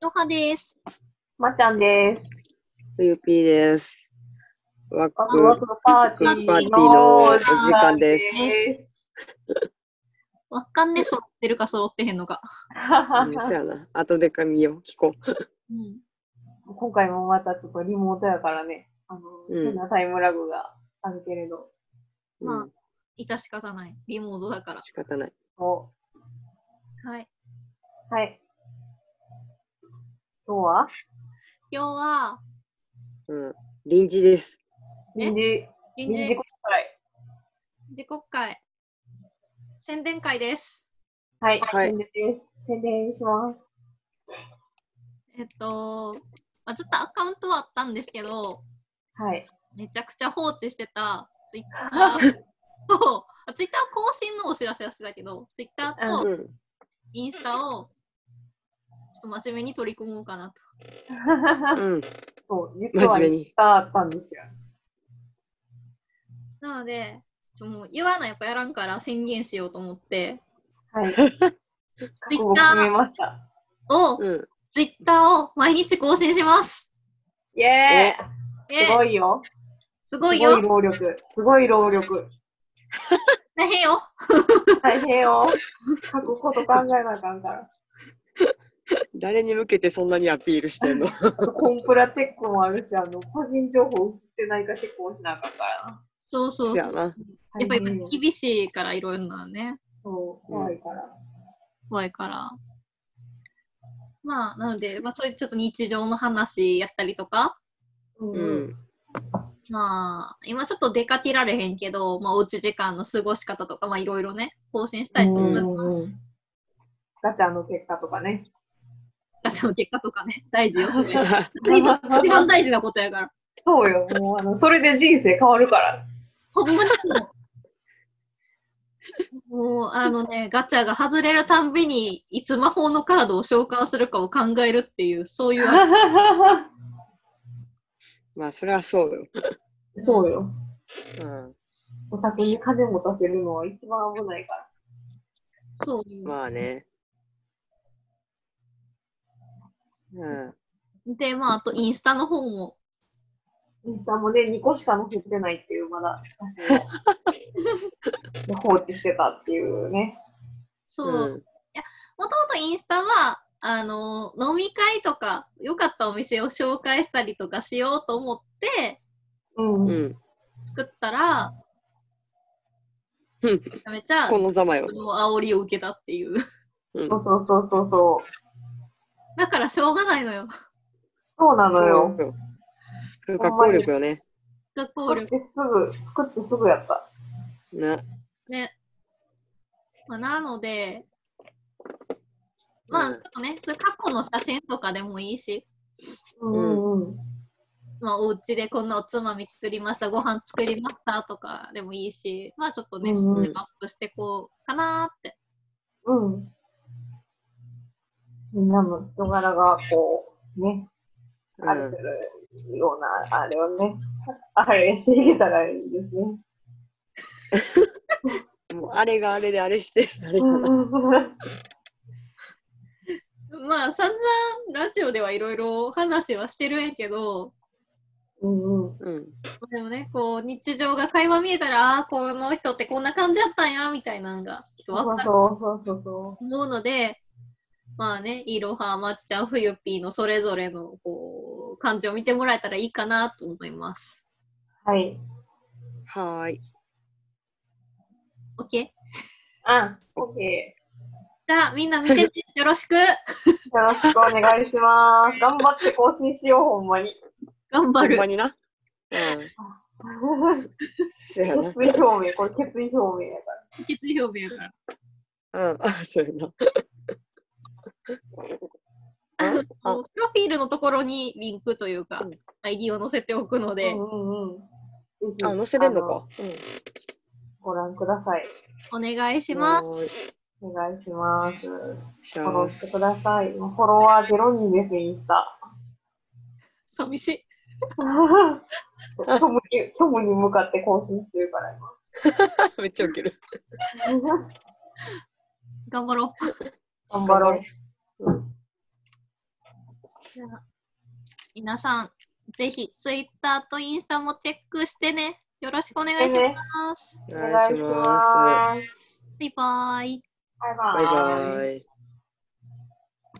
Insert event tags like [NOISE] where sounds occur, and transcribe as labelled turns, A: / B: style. A: のはです。
B: まっちゃんです。
C: ゆうぴーです。ワク
B: ワクワクパーティー
C: パーティー
B: の
C: の
B: お
C: お
B: 時
C: 時
B: 間
C: 間
B: で
C: ですす。
A: わっかんで揃ってるか揃ってへんのか。
C: うんそやな。後で髪を聞こ
A: うん。
B: [LAUGHS] 今回もまたちょっとリモートやからね、あの、
C: うん
B: 変なタイムラグがあるけれど、
C: う。
A: まあ
C: うん、
A: 致し方ない。リモートだから。
C: 仕方ない。
B: お
A: はい。
B: はい。今日は
A: 今日は、
C: うん。臨時です。
A: え
B: 臨時、
A: 臨
B: 臨
A: 時
B: 時国会。
A: 自国会、宣伝会です。
B: はい、
C: はい
B: 臨時です。宣伝します。
A: えっと、まあ、ちょっとアカウントはあったんですけど、
C: [LAUGHS]
B: はい。
A: めちゃくちゃ放置してたツイッターと、あ [LAUGHS] ツイッター更新のお知らせはしてたけど、ツイッター
B: う
A: と
C: うん。
A: インスタを、ちょっと真面目に取り組もうかなと。
C: うん。
B: そう、実は
C: 真面目
B: 言
C: に
B: ったあったんですよ。
A: なので、ちょもう言わなやっぱやらんから宣言しようと思って、
B: はい。覚悟決めました。
A: を、
C: うん。
A: ツイッターを毎日更新します。
B: イエーイ
A: え
B: すごいよ。
A: す
B: す
A: ご
B: ご
A: い
B: い
A: よ。
B: 労力。すごい労力。
A: 大変よ。
B: 大変よ。書くこと考えなあかんから。
C: 誰に向けてそんなにアピールしてんの
B: あとコンプラチェックもあるし、あの、個人情報売ってないかチェックもしなあかんからな。
A: そうそう
C: そ
A: そう。や
C: やな。
A: っぱ
B: 大
A: り
B: 変よ
A: 厳しいからいろんなね、
B: そう、怖いから。
A: 怖いから。まあ、なので、まあそういうちょっと日常の話やったりとか、
B: うん
C: う。ん。 [LAUGHS]
A: まあ、今ちょっと出かけられへんけど、まあおうち時間の過ごし方とか、まあいろいろね、更新したいと思います。
B: うんガチャの結果とかね。
A: ガチャの結果とかね、大事よ、そ
B: [LAUGHS]
A: れ。一番
B: そ
A: 大事なことやから。
B: うよ、もうあの、それで人生変わるから。
A: ほんまにもう [LAUGHS] もうあのね、ガチャが外れるたんびに、いつ魔法のカードを召喚するかを考えるっていう、そういうあ
C: まあ、それはそうよ。
B: そうよ。
C: うん。
B: お宅に金持たせるのは一番危ないから。
A: そういう。
C: まあね。うん。
A: で、まあ、あとインスタの方も、
B: インスタもね、2個しか載せてないっていう、まだ、私を放置してたっていうね。
A: そう、
C: う
A: もとも
C: ん。
A: とインスタは、あの、飲み会とか、良かったお店を紹介したりとかしようと思って、
B: うん。う
C: う
B: ん
C: ん。
A: 作ったら、
C: うん
A: めちゃめちゃ、
C: こ
A: こ
C: のざまよ。
A: の煽りを受けたっていう。
C: うん
B: そ。うそうそうそうそう。
A: だから、しょうがないのよ。
B: そうなの
C: そ
B: よ
C: う。よ。不可抗力よね。
A: 学校
B: 作
A: 力
B: ってすぐ、作ってすぐやった。
C: ね。
A: ね。まあ、なので、まあ、ち
C: う
A: ょ
C: ん
A: っとね、それ過去の写真とかでもいいし、
B: うんうん。
A: まあ、お家でこんなおつまみ作りました、ご飯作りましたとかでもいいし、まあ、ちょっとね、
B: うん
A: 写真
B: うん
A: アップしてこうかなーって。
B: うん。みんなの人柄が、こう、ね、
C: う
B: ある
C: ん。
B: ような、あれをね、あれしていけたらいいですね。
C: もう、あれがあれであれして、あれ
B: う
C: か
B: ん
C: な。
B: うん [LAUGHS]
A: まあ、散々ラジオではいろいろ話はしてるんやけど、
B: うんうん。
C: うん。
A: でもね、こう、日常が会話見えたら、ああー、この人ってこんな感じやったんや、みたいなのが、ちょっとわか
B: そ
A: る
B: うそうそうそう。
A: 思うので、まあね、いろは、まっちゃん、ふゆぴーのそれぞれのこう感じを見てもらえたらいいかなと思います。
B: はい。
C: はーい。
A: OK? じ
B: あ、オッケ
A: ゃあみんな見てね、よろしく
B: ー。よろしくお願いします。頑張って更新しよう、ほんまに。
A: 頑張
C: ほんま
A: る。
C: にな。うん。そ
B: [LAUGHS]
C: やな。
B: 決意表明、これ決意表明やから。
A: 決意表明やから。
C: うん、あ、そうやな。
A: あの
C: あ
A: プロフィールのところにリンクというか
C: うん、
A: ID を載せておくので、
B: うんうんうん。ぜひ
C: あ、載せれんの。
B: あ
C: か。うん。
B: ご覧ください。
A: お願いします。
C: はーい。
B: お願いします。フ
C: し
B: ォロ
C: ま
B: ーして
C: す
B: ください。フォロワーゼロ人です、インスタ。
A: 寂しい。
B: 虚無に虚無に向かって更新してるから、
C: [LAUGHS] めっちゃウケる。
B: 今。
A: 頑張ろう。
B: 頑張ろう。
A: じゃあ皆さん、ぜひツイッターとインスタもチェックしてね。よろしくお願いします。
C: お
B: お
C: 願いします。
B: す。
A: バイバイ。
B: バイ
C: バ
B: バ
C: イ
B: イ。
C: バイ。